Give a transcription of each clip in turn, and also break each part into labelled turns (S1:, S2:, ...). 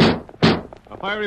S1: A fiery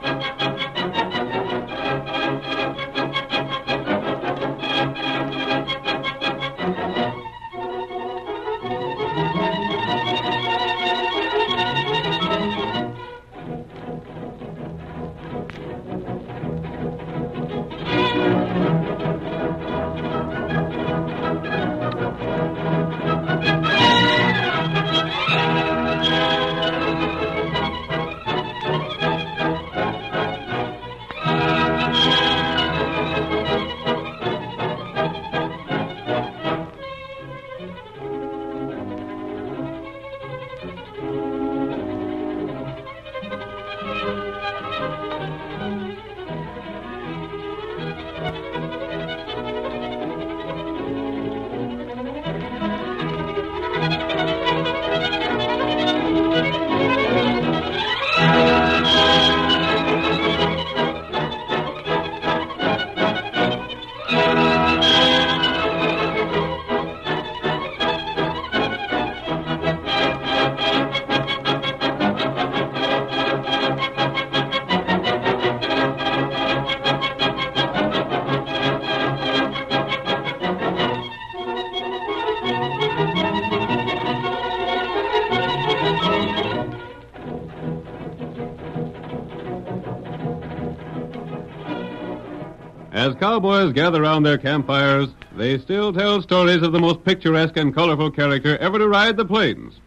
S1: As cowboys gather round their campfires, they still tell stories of the most picturesque and colorful character ever to ride the plains.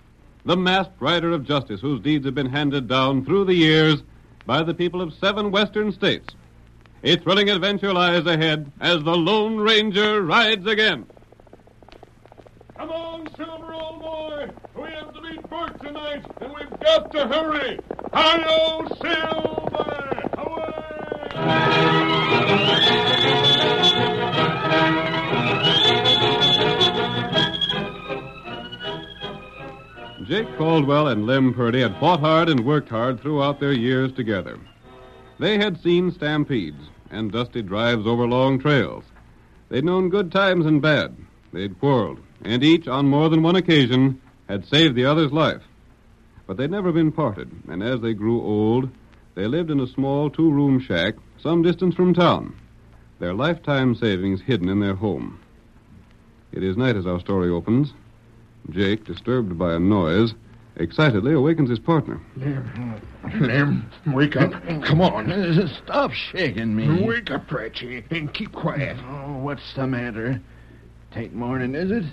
S1: The masked rider of justice whose deeds have been handed down through the years by the people of seven western states. A thrilling adventure lies ahead as the Lone Ranger rides again. Come on, Silver, old boy. We have to beat Bert tonight, and we've got to hurry. Hi-yo, Silver! Away! Jake Caldwell and Lem Purdy had fought hard and worked hard throughout their years together. They had seen stampedes and dusty drives over long trails. They'd known good times and bad. They'd quarreled, and each, on more than one occasion, had saved the other's life. But they'd never been parted, and as they grew old, they lived in a small two room shack some distance from town, their lifetime savings hidden in their home. It is night as our story opens. Jake, disturbed by a noise, excitedly awakens his partner.
S2: Lem, wake up. Come on.
S3: Stop shaking me.
S2: Wake up, Pratchett, and keep quiet.
S3: Oh, what's the matter? Tain't morning, is it?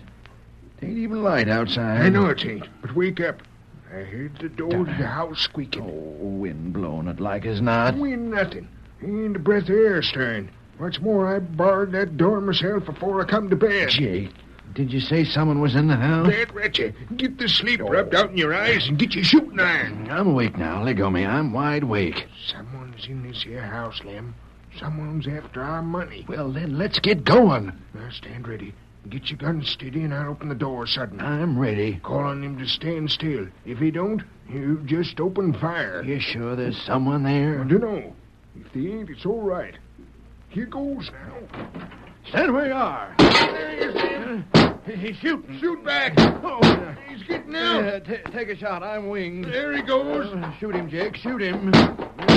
S3: Tain't even light outside.
S2: I know it ain't, but wake up. I heard the door to the house
S3: Oh,
S2: squeaking.
S3: wind blowing it like as not.
S2: We ain't nothing. Ain't a breath of air stirring. What's more, I barred that door myself before I come to bed.
S3: Jake, did you say someone was in the house?
S2: Bad Ratchet, get the sleep
S3: Oh.
S2: rubbed out in your eyes and get your shooting iron.
S3: I'm awake now. Let go of me. I'm wide awake.
S2: Someone's in this here house, Lem. Someone's after our money.
S3: Well, then, let's get going.
S2: Now stand ready. Get your gun steady and I'll open the door sudden.
S3: I'm ready.
S2: Call on him to stand still. If he don't, you just open fire.
S3: You sure there's someone
S2: I
S3: there?
S2: dunno. If they ain't, it's all right. Here goes now.
S3: Stand where you are.
S2: There he is, Sam.
S3: He's shooting.
S2: Shoot back.
S3: Oh,
S2: He's getting out.
S3: take a shot. I'm winged. Uh,
S2: There he goes.
S3: shoot him, Jake. Shoot him. Uh,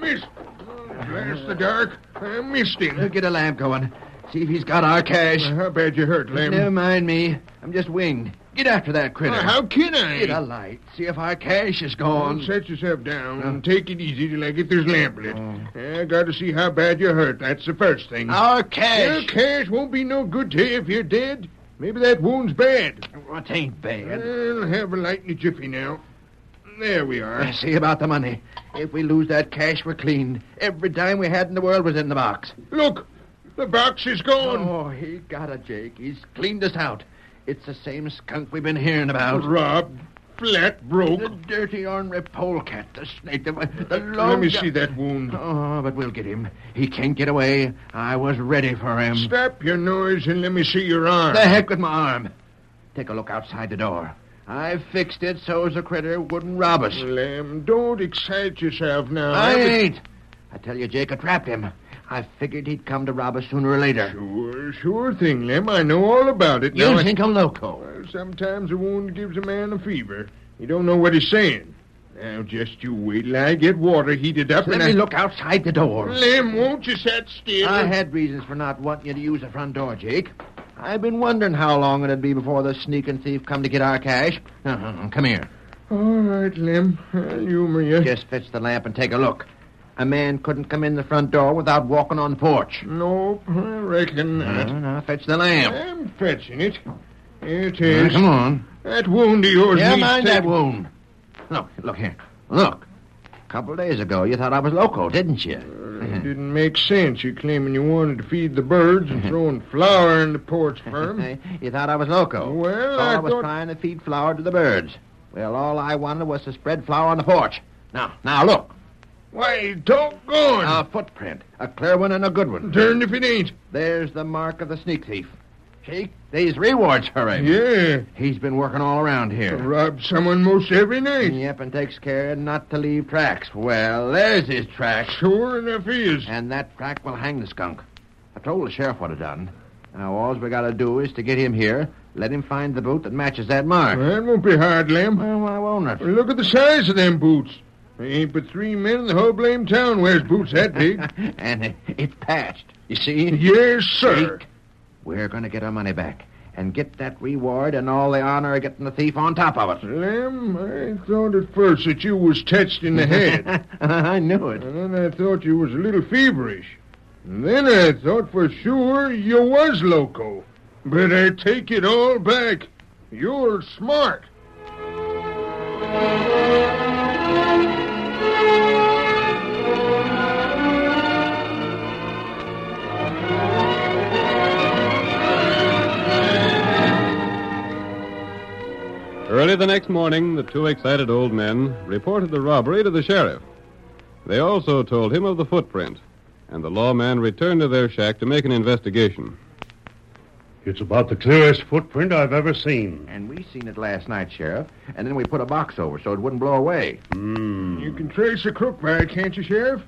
S2: Missed. Oh, Blast the dark. I missed him.
S3: Get a lamp going. See if he's got our cash.
S2: Uh, How bad you hurt, Lem?
S3: Never mind me. I'm just winged. Get after that critter.
S2: Uh, how can I?
S3: Get a light. See if our cash is
S2: Well,
S3: gone.
S2: Oh, Set yourself down and take it easy till I get this lamp lit.
S3: Oh.
S2: I got to see how bad you're hurt. That's the first thing.
S3: Our
S2: Your
S3: cash.
S2: cash won't be no good to you if you're dead. Maybe that wound's bad.
S3: What ain't bad.
S2: I'll have a light in a jiffy now. There we are.
S3: See about the money. If we lose that cash, we're cleaned. Every dime we had in the world was in the box.
S2: Look, The box is gone.
S3: Oh, he got it, Jake. He's cleaned us out. It's the same skunk we've been hearing about.
S2: Robbed, flat,
S3: The
S2: broke.
S3: dirty ornery polecat, the snake, the, the long...
S2: oh. Let me see that wound.
S3: Oh, but we'll get him. He can't get away. I was ready for him.
S2: Stop your noise and let me see your arm.
S3: The heck with my arm. Take a look outside the door. I fixed it so's the critter wouldn't rob us.
S2: Lem, don't excite yourself now.
S3: I
S2: Have it-
S3: ain't. I tell you, Jake, I trapped him. I figured he'd come to rob us sooner or later.
S2: Sure, sure thing, Lem. I know all about it.
S3: You
S2: Now I-
S3: think I'm loco?
S2: Well, sometimes a wound gives a man a fever. You don't know what he's saying. Now, just you wait till I get water heated up
S3: Let
S2: and
S3: me
S2: I...
S3: look outside the door.
S2: Lem, won't you sit still?
S3: I had reasons for not wanting you to use the front door, Jake. I've been wondering how long it'd be before the sneaking thief come to get our cash. Uh-huh. Come here.
S2: All right, Lem. I'll humor you.
S3: Just fetch the lamp and take a look. A man couldn't come in the front door without walking on the porch.
S2: Nope, I reckon not.
S3: Uh, now fetch the lamp.
S2: I'm fetching it. Here it
S3: Now,
S2: is.
S3: Uh, come on.
S2: That wound of yours
S3: Yeah,
S2: needs
S3: mind that
S2: taking-
S3: wound. Look, look here. Look. A couple days ago, you thought I was loco, didn't you?
S2: It Uh, didn't make sense. You claiming you wanted to feed the birds
S3: Uh-huh.
S2: and throwing flour in the porch firm.
S3: you thought I was loco.
S2: Well,
S3: so I,
S2: I
S3: was
S2: thought-
S3: trying to feed flour to the birds. Well, all I wanted was to spread flour on the porch. Now, now look.
S2: Why, doggone.
S3: A footprint. A clear one and a good one.
S2: Turned if it ain't.
S3: There's the mark of the sneak thief. Jake, these rewards for him.
S2: Yeah.
S3: He's been working all around here.
S2: Rob someone most every night.
S3: Yep, and takes care not to leave tracks. Well, there's his track.
S2: Sure enough he is.
S3: And that track will hang the skunk. I told the sheriff what I done. Now, all we gotta do is to get him here, let him find the boot that matches that mark.
S2: That won't be hard, Lem.
S3: Well, why won't it?
S2: Look at the size of them boots. There ain't but three men in the whole blame town wears boots that big.
S3: and it, it's patched. You see?
S2: yes, sir.
S3: Jake, We're gonna get our money back and get that reward and all the honor of getting the thief on top of it.
S2: Lem, I thought at first that you was touched in the head.
S3: I knew it.
S2: and then I thought you was a little feverish. And then I thought for sure you was loco. But I take it all back. You're smart.
S1: Early the next morning, the two excited old men reported the robbery to the sheriff. They also told him of the footprint, and the lawman returned to their shack to make an investigation.
S4: It's about the clearest footprint I've ever seen.
S3: And we seen it last night, Sheriff. And then we put a box over so it wouldn't blow away.
S2: You can trace a crook by, can't you, Sheriff?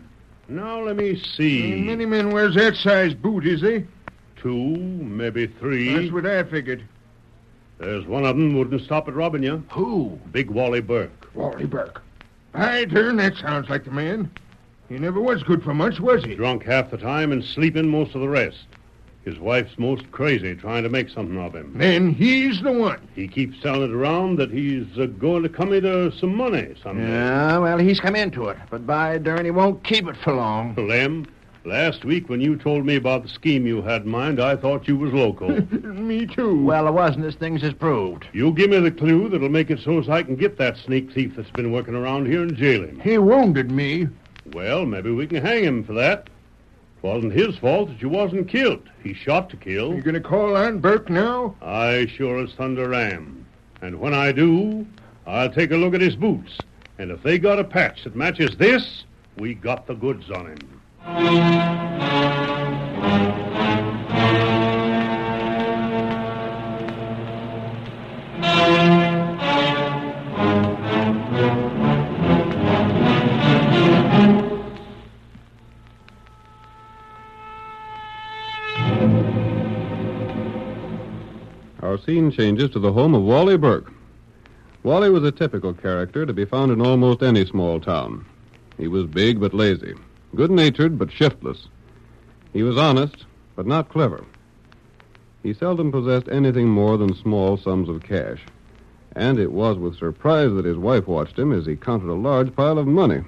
S4: Now let me see.
S2: Many men wears that size boot, is they?
S4: Two, maybe
S2: That's
S4: three.
S2: what I figured.
S4: There's one of 'em wouldn't stop at robbing you.
S3: Who?
S4: Big Wally Burke.
S2: Wally Burke. I turn, that sounds like the man. He never was good for much, was he?
S4: Drunk half the time and sleeping most of the rest. His wife's most crazy, trying to make something of him.
S2: Then he's the one.
S4: He keeps telling it around that he's uh, going to come into some money someday.
S3: Yeah, well, he's come into it. But by darn, he won't keep it for long.
S4: Lem, last week when you told me about the scheme you had in mind, I thought you was loco.
S2: Me too.
S3: Well, it wasn't as things has proved.
S4: you give me the clue that'll make it so as I can get that sneak thief that's been working around here and jail him.
S3: He wounded me.
S4: Well, maybe we can hang him for that. It wasn't his fault that you wasn't killed. He shot to
S2: you
S4: kill.
S2: gonna call on Burke now?
S4: I sure as thunder am. And when I do, I'll take a look at his boots. And if they got a patch that matches this, we got the goods on him.
S1: Our scene changes to the home of Wally Burke. Wally was a typical character to be found in almost any small town. He was big but lazy, good natured but shiftless. He was honest but not clever. He seldom possessed anything more than small sums of cash. And it was with surprise that his wife watched him as he counted a large pile of money.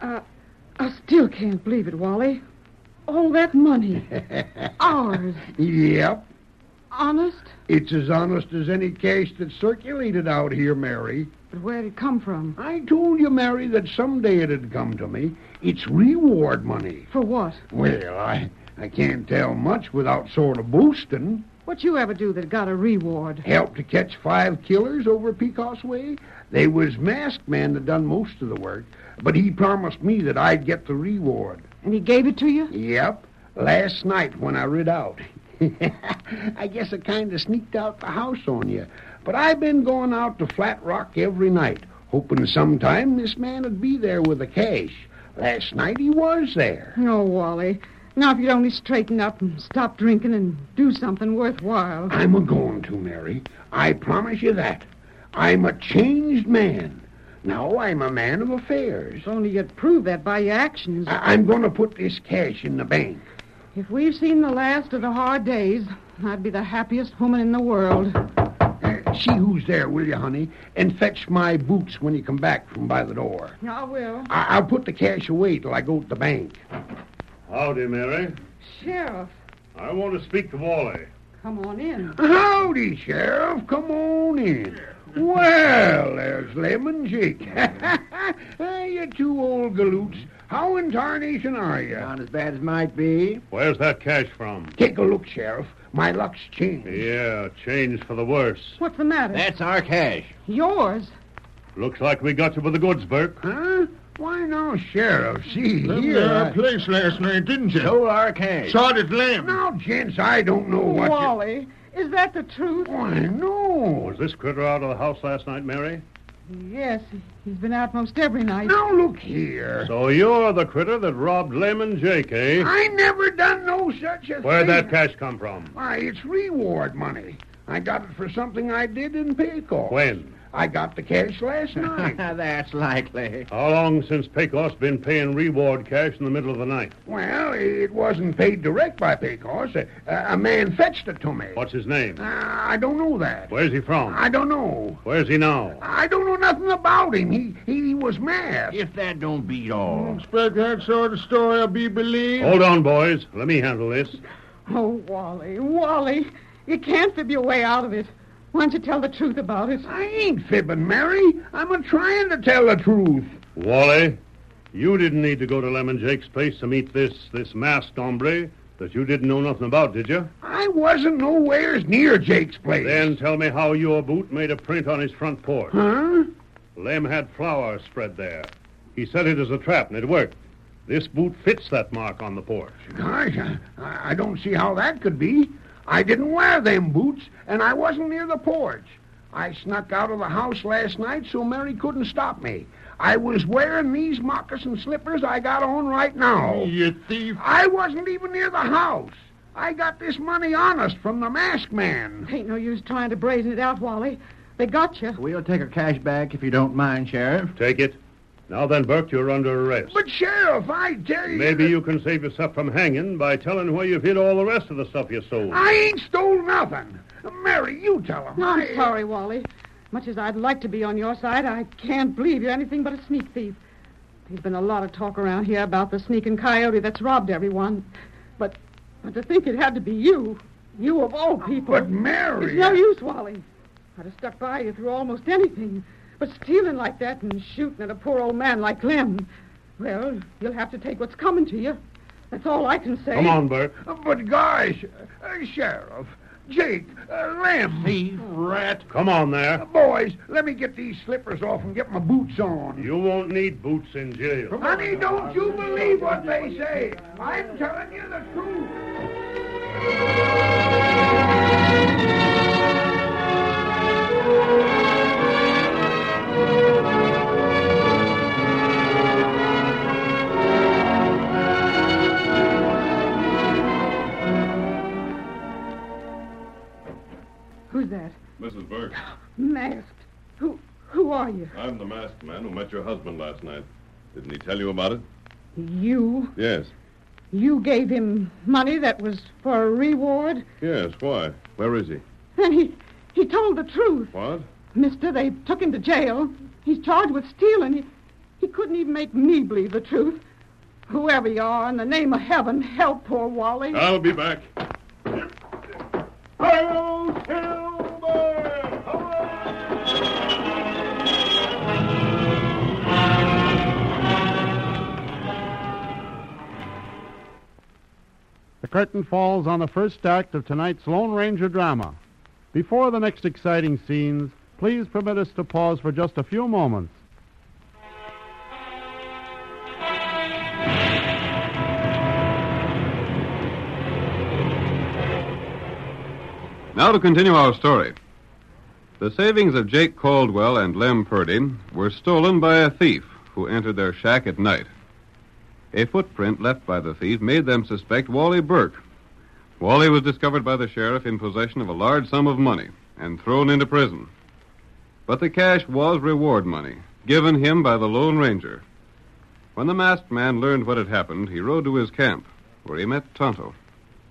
S5: I still can't believe it, Wally. All that money. Ours.
S6: Yep.
S5: Honest?
S6: It's as honest as any cash that's circulated out here, Mary.
S5: But where'd it come from?
S6: I told you, Mary, that someday it'd come to me. It's reward money.
S5: For what?
S6: Well, I,
S3: I can't tell much without sort of boosting.
S5: What you ever do that got a reward?
S3: Helped to catch five killers over Pecos Way. They was Masked Man that done most of the work, but he promised me that I'd get the reward.
S5: And he gave it to you?
S3: Yep, last night when I rid out. I guess I kind of sneaked out the house on you, but I've been going out to Flat Rock every night, hoping sometime this man would be there with the cash. Last night he was there.
S5: No, Wally. Now, if you'd only straighten up and stop drinking and do something worthwhile.
S3: I'm a going to, Mary. I promise you that. I'm a changed man. Now I'm a man of affairs.
S5: If only you'd prove that by your actions.
S3: I- I'm going to put this cash in the bank.
S5: If we've seen the last of the hard days, I'd be the happiest woman in the world.
S3: Uh, see who's there, will you, honey? And fetch my boots when you come back from by the door.
S5: I will.
S3: I- I'll put the cash away till I go to the bank.
S4: Howdy, Mary.
S5: Sheriff,
S4: I want to speak to Wally.
S5: come on in.
S3: Howdy, Sheriff. Come on in. Well, there's Lemon Jake. hey, you two old galoots. How in tarnation are you?
S7: Not as bad as might be.
S4: Where's that cash from?
S3: Take a look, Sheriff. My luck's changed.
S4: Yeah, change for the worse.
S5: What's the matter?
S7: That's our cash.
S5: Yours.
S4: Looks like we got you with the goods, Burke.
S3: Huh? Why now, Sheriff? See
S2: Left
S3: here.
S2: our
S3: I-
S2: place last night, didn't you?
S7: Stole our cash.
S2: Saw it at Lamb.
S3: Now, gents, I don't know what. you-
S5: Wally, is that the truth?
S3: Why, no.
S4: Was this critter out of the house last night, Mary?
S5: Yes, he's been out most every night.
S3: Now look here.
S4: So you're the critter that robbed Lem and Jake, eh?
S3: I never done no such a
S4: Where'd
S3: thing.
S4: that cash come from?
S3: Why, it's reward money. I got it for something I did in Pecos.
S4: When?
S3: I got the cash last night.
S7: That's likely.
S4: How long since Pecos been paying reward cash in the middle of the night?
S3: well, it wasn't paid direct by Pecos. A, a man fetched it to me.
S4: What's his name?
S3: Uh, I don't know that.
S4: Where's he from?
S3: I don't know.
S4: Where's he now?
S3: I don't know nothing about him. He he was masked.
S7: If that don't beat all.
S2: Expect that sort of story will be believed.
S4: Hold on, boys. Let me handle this.
S5: Oh, Wally, Wally, you can't fib your way out of it. Why don't you tell the truth about it?
S3: I ain't fibbing, Mary. I'm a trying to tell the truth.
S4: Wally, you didn't need to go to Lemon Jake's place to meet this this masked hombre that you didn't know nothing about, did you?
S3: I wasn't nowheres near Jake's place.
S4: Then tell me how your boot made a print on his front porch.
S3: Huh?
S4: Lem had flour spread there. He set it as a trap, and it worked. This boot fits that mark on the porch.
S3: Gosh, I, I don't see how that could be. I didn't wear them boots, and I wasn't near the porch. I snuck out of the house last night so Mary couldn't stop me. I was wearing these moccasin slippers I got on right now.
S2: You thief.
S3: I wasn't even near the house. I got this money honest from the masked man.
S5: Ain't no use trying to brazen it out, Wally. They got you.
S7: We'll take our cash back if you don't mind, Sheriff.
S4: Take it. Now then, Burke, you're under arrest.
S3: But, Sheriff, I tell you.
S4: Maybe you can save yourself from hanging by telling where you've hid all the rest of the stuff you sold.
S3: I ain't stole nothing. Mary, you tell him.
S5: No, I'm sorry, Wally. Much as I'd like to be on your side, I can't believe you're anything but a sneak thief. There's been a lot of talk around here about the sneaking coyote that's robbed everyone. But, but to think it had to be you. You of all people.
S3: But Mary,
S5: It's no use, Wally. I'd have stuck by you through almost anything. But stealing like that and shooting at a poor old man like Clem, well, you'll have to take what's coming to you. That's all I can say.
S3: Oh,
S4: Come on, Burke.
S3: but gosh, uh, Sheriff, Jake, uh, Lem,
S7: Thief.
S4: Rat. Come on there.
S3: boys, let me get these slippers off and get my boots on.
S4: You won't need boots in jail.
S3: Honey, don't you believe what they say? I'm telling you the truth.
S5: Who's that?
S1: Mrs. Burke,
S5: Masked. Who, who are you?
S1: I'm the masked man who met your husband last night. Didn't he tell you about it?
S5: You?
S1: Yes.
S5: You gave him money that was for a reward?
S1: Yes, why? Where is he?
S5: And he, he told the truth.
S1: What?
S5: Mister, they took him to jail. He's charged with stealing. He, he couldn't even make me believe the truth. Whoever you are, in the name of heaven, help poor Wally.
S1: I'll be back.
S8: The curtain falls on the first act of tonight's Lone Ranger drama. Before the next exciting scenes, please permit us to pause for just a few moments.
S1: Now to continue our story. The savings of Jake Caldwell and Lem Purdy were stolen by a thief who entered their shack at night. A footprint left by the thief made them suspect Wally Burke. Wally was discovered by the sheriff in possession of a large sum of money and thrown into prison. But the cash was reward money given him by the Lone Ranger. When the masked man learned what had happened, he rode to his camp, where he met Tonto.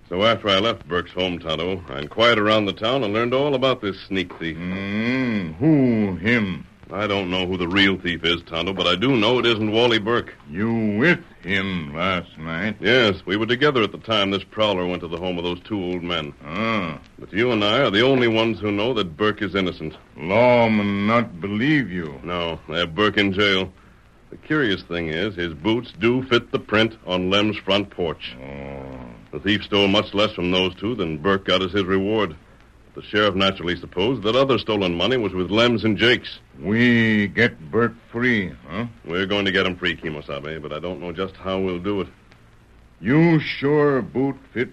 S4: So after I left Burke's home, Tonto, I inquired around the town and learned all about this sneak thief.
S1: Hmm,
S2: Mm, who him?
S4: I don't know who the real thief is, Tonto, but I do know it isn't Wally Burke.
S2: You with him last night?
S4: Yes, we were together at the time this prowler went to the home of those two old men.
S2: Ah,
S4: But you and I are the only ones who know that Burke is innocent.
S2: lawman not believe you.
S4: No, they have Burke in jail. The curious thing is, his boots do fit the print on Lem's front porch.
S2: Oh,
S4: The thief stole much less from those two than Burke got as his reward. The sheriff naturally supposed that other stolen money was with Lem's and Jake's.
S2: we get Burke free, huh?
S4: We're going to get him free, Kimosabe, but I don't know just how we'll do it.
S2: You sure boot fit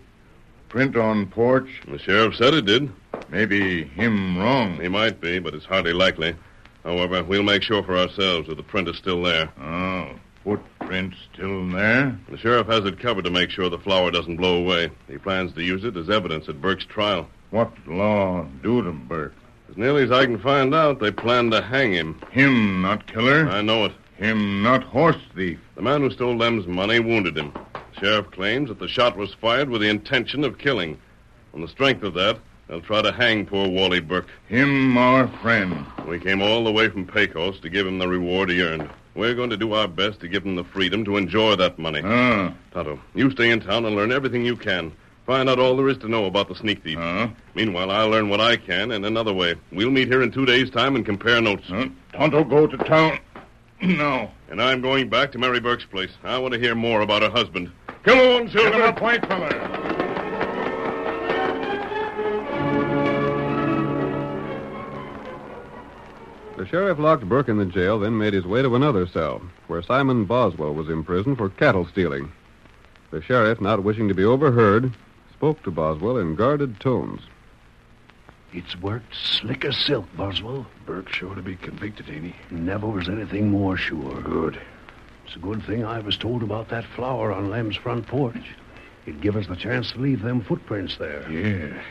S2: print on porch?
S4: The sheriff said it did.
S2: Maybe him wrong.
S4: He might be, but it's hardly likely. However, we'll make sure for ourselves that the print is still there.
S2: Oh, footprint still there?
S4: The sheriff has it covered to make sure the flower doesn't blow away. He plans to use it as evidence at Burke's trial.
S2: What law do to Burke?
S4: As nearly as I can find out, they plan to hang him.
S2: Him not killer?
S4: I know it.
S2: Him not horse thief.
S4: The man who stole Lem's money wounded him. The sheriff claims that the shot was fired with the intention of killing. On the strength of that, they'll try to hang poor Wally Burke.
S2: Him our friend.
S4: We came all the way from Pecos to give him the reward he earned. We're going to do our best to give him the freedom to enjoy that money.
S2: Huh?
S4: Tonto, you stay in town and learn everything you can. Find out all there is to know about the sneak thief.
S2: Huh?
S4: Meanwhile, I'll learn what I can in another way. We'll meet here in two days' time and compare notes.
S2: Huh? Tonto go to town now.
S4: And I'm going back to Mary Burke's place. I want to hear more about her husband. Come on, Silver.
S2: white feller.
S1: The sheriff locked Burke in the jail, then made his way to another cell, where Simon Boswell was imprisoned for cattle stealing. The sheriff, not wishing to be overheard, spoke to Boswell in guarded tones.
S9: It's worked slick as silk, Boswell. Burke's sure to be convicted, ain't he? Never was anything more sure. Good. It's a good thing I was told about that flower on Lamb's front porch. It'd give us the chance to leave them footprints there.
S2: Yeah.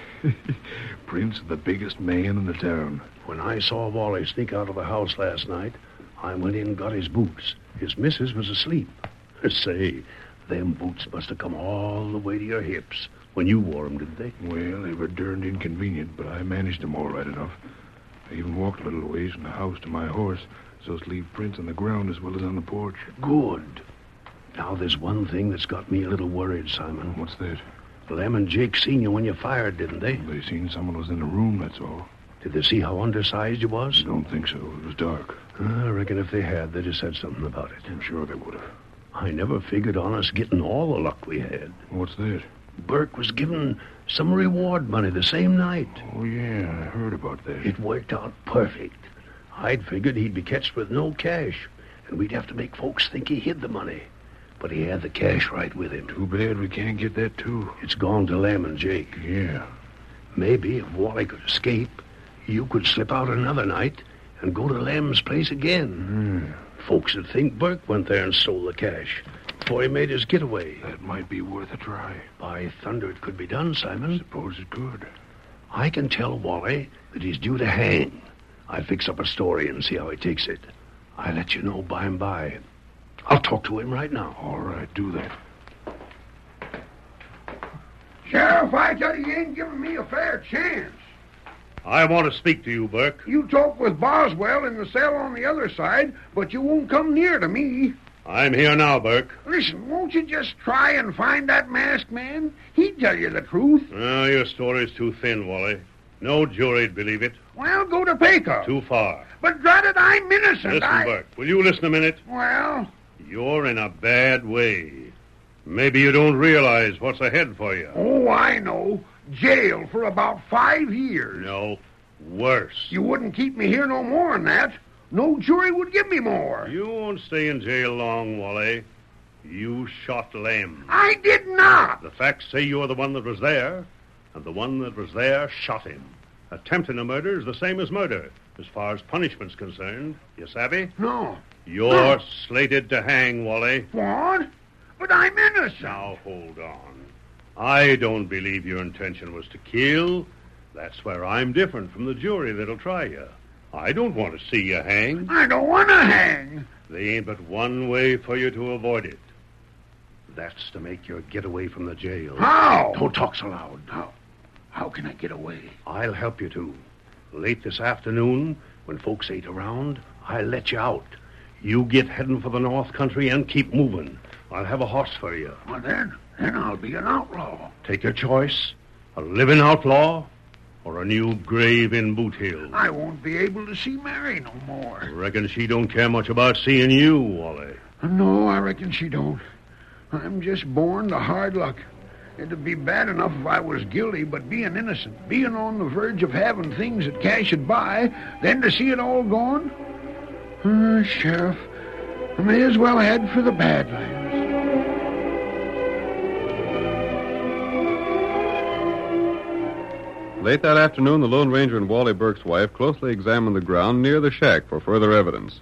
S2: Prince the biggest man in the town.
S9: When I saw Wally sneak out of the house last night, I went in and got his boots. His missus was asleep. Say, them boots must have come all the way to your hips when you wore 'em, didn't they?
S2: Well, they were darned inconvenient, but I managed them all right enough. I even walked a little ways from the house to my horse so as to leave prints on the ground as well as on the porch.
S9: Good. Now, there's one thing that's got me a little worried, Simon.
S2: What's that?
S9: Lem and Jake seen you when you fired, didn't they?
S2: They seen someone was in the room, that's all.
S9: Did they see how undersized you was? Ah,
S2: Don't think so. It was dark.
S9: I reckon if they had, they'd have said something about it.
S2: I'm sure they would have.
S9: I never figured on us getting all the luck we had.
S2: What's that?
S9: Burke was given some reward money the same night.
S2: Oh, yeah, I heard about that.
S9: It worked out perfect. I'd figured he'd be catched with no cash, and we'd have to make folks think he hid the money. But he had the cash right with him.
S2: Too bad we can't get that, too.
S9: It's gone to Lamb and Jake.
S2: Yeah.
S9: Maybe if Wally could escape, you could slip out another night and go to Lamb's place again.
S2: Hmm.
S9: Folks would think Burke went there and stole the cash before he made his getaway.
S2: That might be worth a try.
S9: By thunder, it could be done, Simon.
S2: Suppose it could.
S9: I can tell Wally that he's due to hang. I fix up a story and see how he takes it. I let you know by and by. I'll talk to him right now.
S2: All right, do that.
S3: Sheriff, I tell you, you ain't giving me a fair chance.
S10: I want to speak to you, Burke.
S3: You talk with Boswell in the cell on the other side, but you won't come near to me.
S10: I'm here now, Burke.
S3: Listen, won't you just try and find that masked man? He'd tell you the truth.
S10: Ah, your story's too thin, Wally. No jury'd believe it.
S3: Well, go to Pecos.
S10: Too far.
S3: But drat it, I'm innocent.
S10: Listen,
S3: I...
S10: Burke. Will you listen a minute?
S3: Well,
S10: You're in a bad way.
S4: Maybe you don't realize what's ahead for you.
S6: Oh, I know. Jail for about five years.
S4: No, worse.
S6: You wouldn't keep me here no more than that. No jury would give me more.
S4: You won't stay in jail long, Wally. You shot Lem.
S6: I did not.
S4: The facts say you're the one that was there, and the one that was there shot him. Attempting a murder is the same as murder, as far as punishment's concerned. You savvy?
S6: No.
S4: You're slated to hang, Wally.
S6: What? But I'm innocent.
S4: Now, hold on. I don't believe your intention was to kill. That's where I'm different from the jury that'll try you. I don't want to see you hanged.
S6: I don't want to hang.
S4: There ain't but one way for you to avoid it. That's to make your getaway from the jail.
S6: How?
S11: Don't talk so loud. How? How can I get away? I'll help you to. Late this afternoon, when folks ain't around, I'll let you out.
S4: You get heading for the North Country and keep moving. I'll have a horse for you.
S6: Well, then, then I'll be an outlaw.
S4: Take your choice a living outlaw or a new grave in Boot Hill.
S12: Ah.
S6: I won't be able to see Mary no more.
S4: Reckon she don't care much about seeing you, Wally.
S6: No, I reckon she don't. I'm just born to hard luck. It'd be bad enough if I was guilty, but being innocent, being on the verge of having things that cash would buy, then to see it all gone. Uh, Sheriff, I may as well head for the Badlands.
S1: Late that afternoon, the Lone Ranger and Wally Burke's wife closely examined the ground near the shack for further evidence.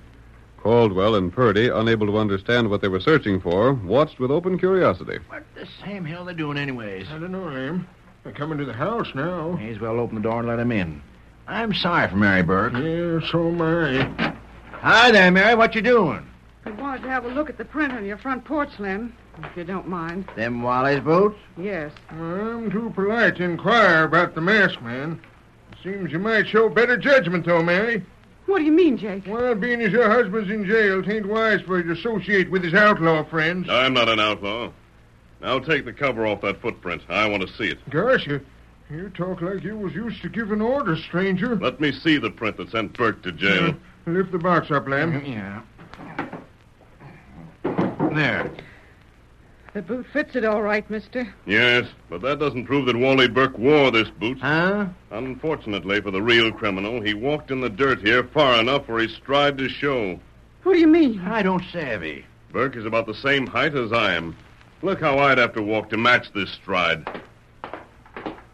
S1: Caldwell and Purdy, unable to understand what they were searching for, watched with open curiosity.
S3: The same hell they're doing, anyways. I
S2: don't know, Lamb. They're coming to the house now.
S3: May as well open the door and let them in. I'm sorry for Mary Burke.
S2: Yeah, so am I.
S3: Hi there, Mary. What you doing?
S5: I wanted to have a look at the print on your front porch, Lem, if you don't mind.
S3: Them Wally's boots?
S5: Yes.
S2: I'm too polite to inquire about the mask, man. Seems you might show better judgment, though, Mary.
S5: What do you mean, Jake?
S2: Well, being as your husband's in jail, it ain't wise for you to associate with his outlaw friends.
S4: Uh.
S12: I'm not an outlaw. Now take the cover off that footprint. I want to see it.
S2: Gosh, you, you talk like you was used to giving orders, stranger.
S12: Let me see the print that sent Burke to
S4: Hmm.
S12: jail.
S2: Lift the box up,
S3: Mm-hmm.
S2: Lamb.
S3: Yeah. There.
S5: The boot fits it all right, mister.
S12: Yes, but that doesn't prove that Wally Burke wore this boot.
S3: Huh?
S12: Unfortunately for the real criminal, he walked in the dirt here far enough where his stride to show.
S5: What do you mean?
S3: I don't savvy.
S12: Burke is about the same height as I am. Look how I'd have to walk to match this stride.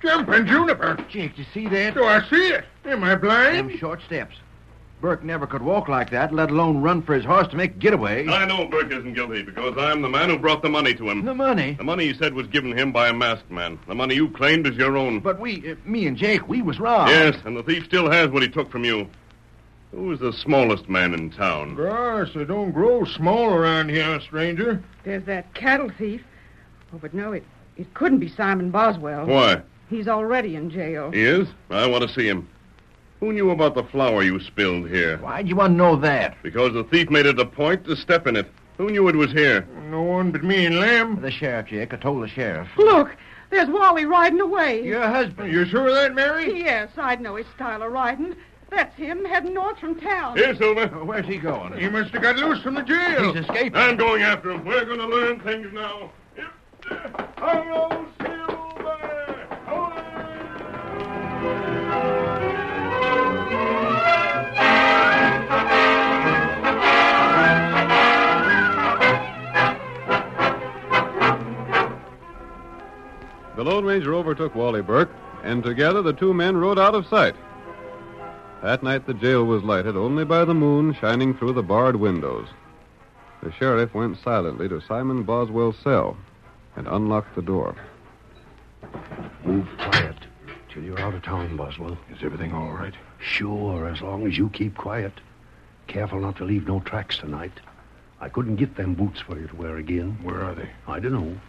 S2: Jumping juniper.
S3: Jake, you see that?
S2: Do I see it? Am I blind?
S3: Them short steps. Burke never could walk like that, let alone run for his horse to make a getaway.
S4: Uh.
S12: I know Burke isn't guilty because I'm the man who brought the money to him.
S3: The money.
S12: The money he said was given him by a masked man. The money you claimed is your own.
S3: But we, uh, me and Jake, we was robbed.
S12: Yes, and the thief still has what he took from you. Who is the smallest man in town?
S2: Gosh, they don't grow small around here, stranger.
S5: There's that cattle thief. Oh, but no, it, it couldn't be Simon Boswell.
S12: Why?
S5: He's already in jail.
S12: He is? I want to see him. Who knew about the flour you spilled here?
S3: Why'd you want to know that?
S12: Because the thief made it a point to step in it. Who knew it was here?
S2: No one but me and Lamb.
S3: The sheriff, Jake. I told the sheriff.
S5: Look, there's Wally riding away.
S3: Your husband.
S2: You sure of that, Mary?
S5: Yes, I know his style of riding. That's him heading north from town.
S12: Here, Silver.
S3: Where's he going?
S2: He must have got loose from the jail.
S3: He's escaping.
S12: I'm going after him. We're going to learn things now. Hung old Silver!
S1: The Lone Ranger overtook Wally Burke, and together the two men rode out of sight. That night the jail was lighted only by the moon shining through the barred windows. The sheriff went silently to Simon Boswell's cell and unlocked the door.
S11: Move quiet till you're out of town, Boswell.
S13: Is everything all right?
S11: Sure, as long as you keep quiet. Careful not to leave no tracks tonight. I couldn't get them boots for you to wear again.
S13: Where are they?
S11: I don't know.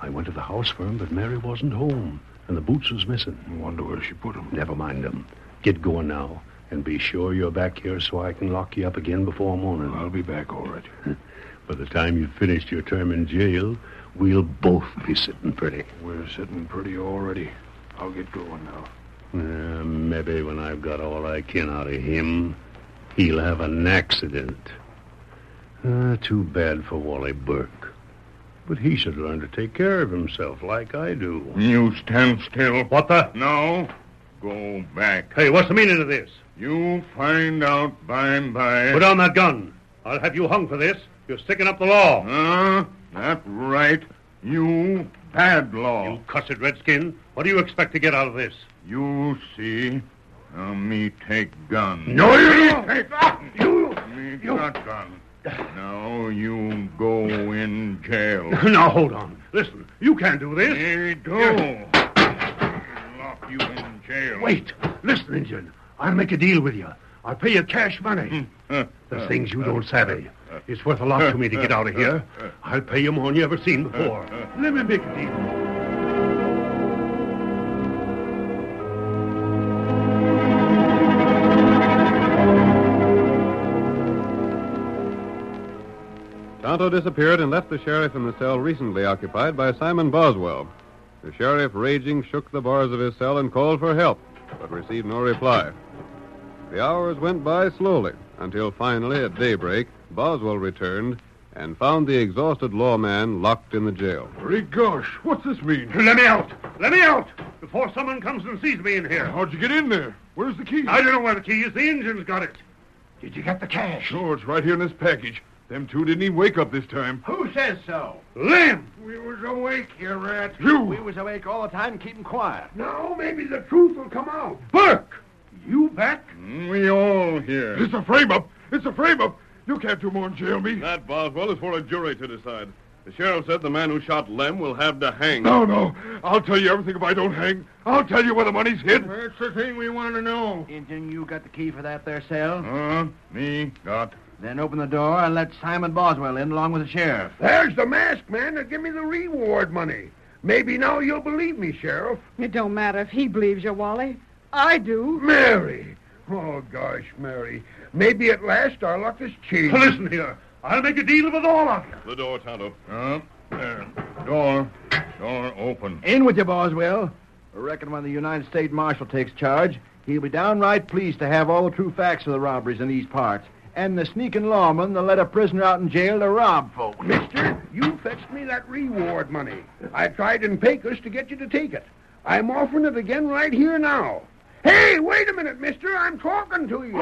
S11: I went to the house for 'em, but Mary wasn't home, and the boots was missing.
S13: I wonder where she put 'em.
S11: Never mind 'em. Get going now, and be sure you're back here so I can lock you up again before morning.
S13: I'll be back all right.
S11: By the time you've finished your term in jail, we'll both be sitting pretty.
S13: We're sitting pretty already. I'll get going now.
S11: Uh, maybe when I've got all I can out of him, he'll
S4: Ah,
S11: have an accident. Uh, too bad for Wally Burke.
S4: But he should learn to take care of himself like I do.
S14: You stand still.
S4: What the?
S14: No. Go back.
S4: Hey, what's the meaning of this?
S14: You find out by and by.
S4: Put down that gun. I'll have you hung for this. You're sticking up the law.
S14: Huh? That right. You bad law.
S4: You cussed redskin. What do you expect to get out of this?
S14: You see. Now me take gun.
S4: No, you
S14: don't. Take, you. Me got gun. Now you go in jail.
S4: Now, hold on. Listen, you can't do this.
S14: Me do. Lock you in jail.
S11: Wait. Listen, Injun. I'll make a deal with you. I'll pay you cash money.
S2: Hmm.
S11: The
S2: Uh,
S11: things you don't savvy. It's worth a lot to me to get out of here.
S2: uh,
S11: I'll pay you more than you ever seen before. Let me make a deal.
S1: Tonto disappeared and left the sheriff in the cell recently occupied by Simon Boswell. The sheriff, raging, shook the bars of his cell and called for help, but received no reply. The hours went by slowly until finally, at daybreak, Boswell returned and found the exhausted lawman locked in the jail.
S2: Great gosh, what's this mean?
S4: Let me out! Let me out! Before someone comes and sees me in here.
S2: How'd you get in there? Where's the key?
S4: I don't know where the key is. The engine's got it.
S11: Did you get the cash?
S2: Sure, it's right here in this package. Them two didn't even wake up this time.
S3: Who says so?
S4: Lamb!
S3: We was awake, you rat.
S2: You!
S3: We was awake all the time, keeping quiet.
S6: Now maybe the truth will come out.
S4: Burke!
S11: You back?
S14: We all here.
S2: It's a frame-up. It's a frame-up. You can't do more than jail me.
S12: That, Boswell, is for a jury to decide. The sheriff said the man who shot Lem will have to hang.
S2: No, no. I'll tell you everything if I don't hang. I'll tell you where the money's hid.
S3: That's the thing we want to know. Injun, you got the key for that there cell?
S14: Huh? Me got.
S3: Then open the door and let Simon Boswell in along with the sheriff.
S6: There's the masked man that give me the reward money. Maybe now you'll believe me, Sheriff.
S5: It don't matter if he believes you, Wally. I do.
S6: Mary! Oh, gosh, Mary. Maybe at last our luck is changed.
S4: Listen here. I'll make a deal with all of you. Uh,
S12: The door, Tonto.
S14: Huh? There. Door. Door open.
S3: In with you, Boswell. I reckon when the United States Marshal takes charge, he'll be downright pleased to have all the true facts of the robberies in these parts. And the sneaking lawman that let a prisoner out in jail to rob folks.
S6: Mister, you fetched me that reward money. I tried in Pecos to get you to take it. I'm offering it again right here now. Hey, wait a minute, mister. I'm talking to you.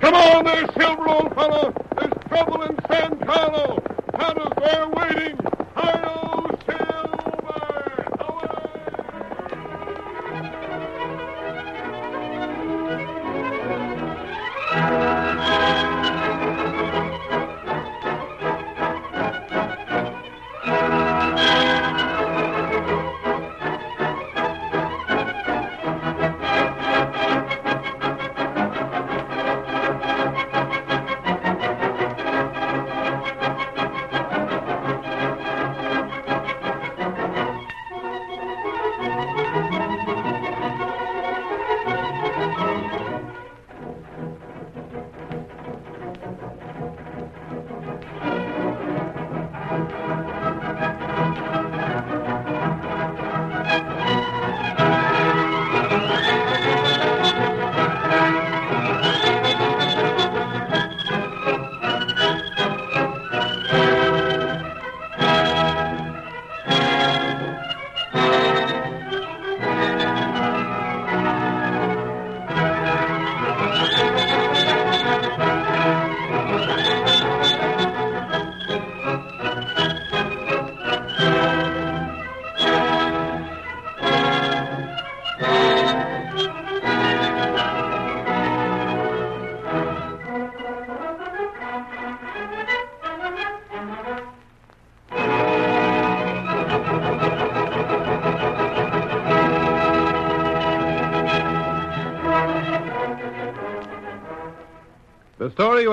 S14: Come on there, Silver, old fellow. There's trouble in San Carlo. Tonto's there waiting. Hi-yo, Silver.
S1: The story you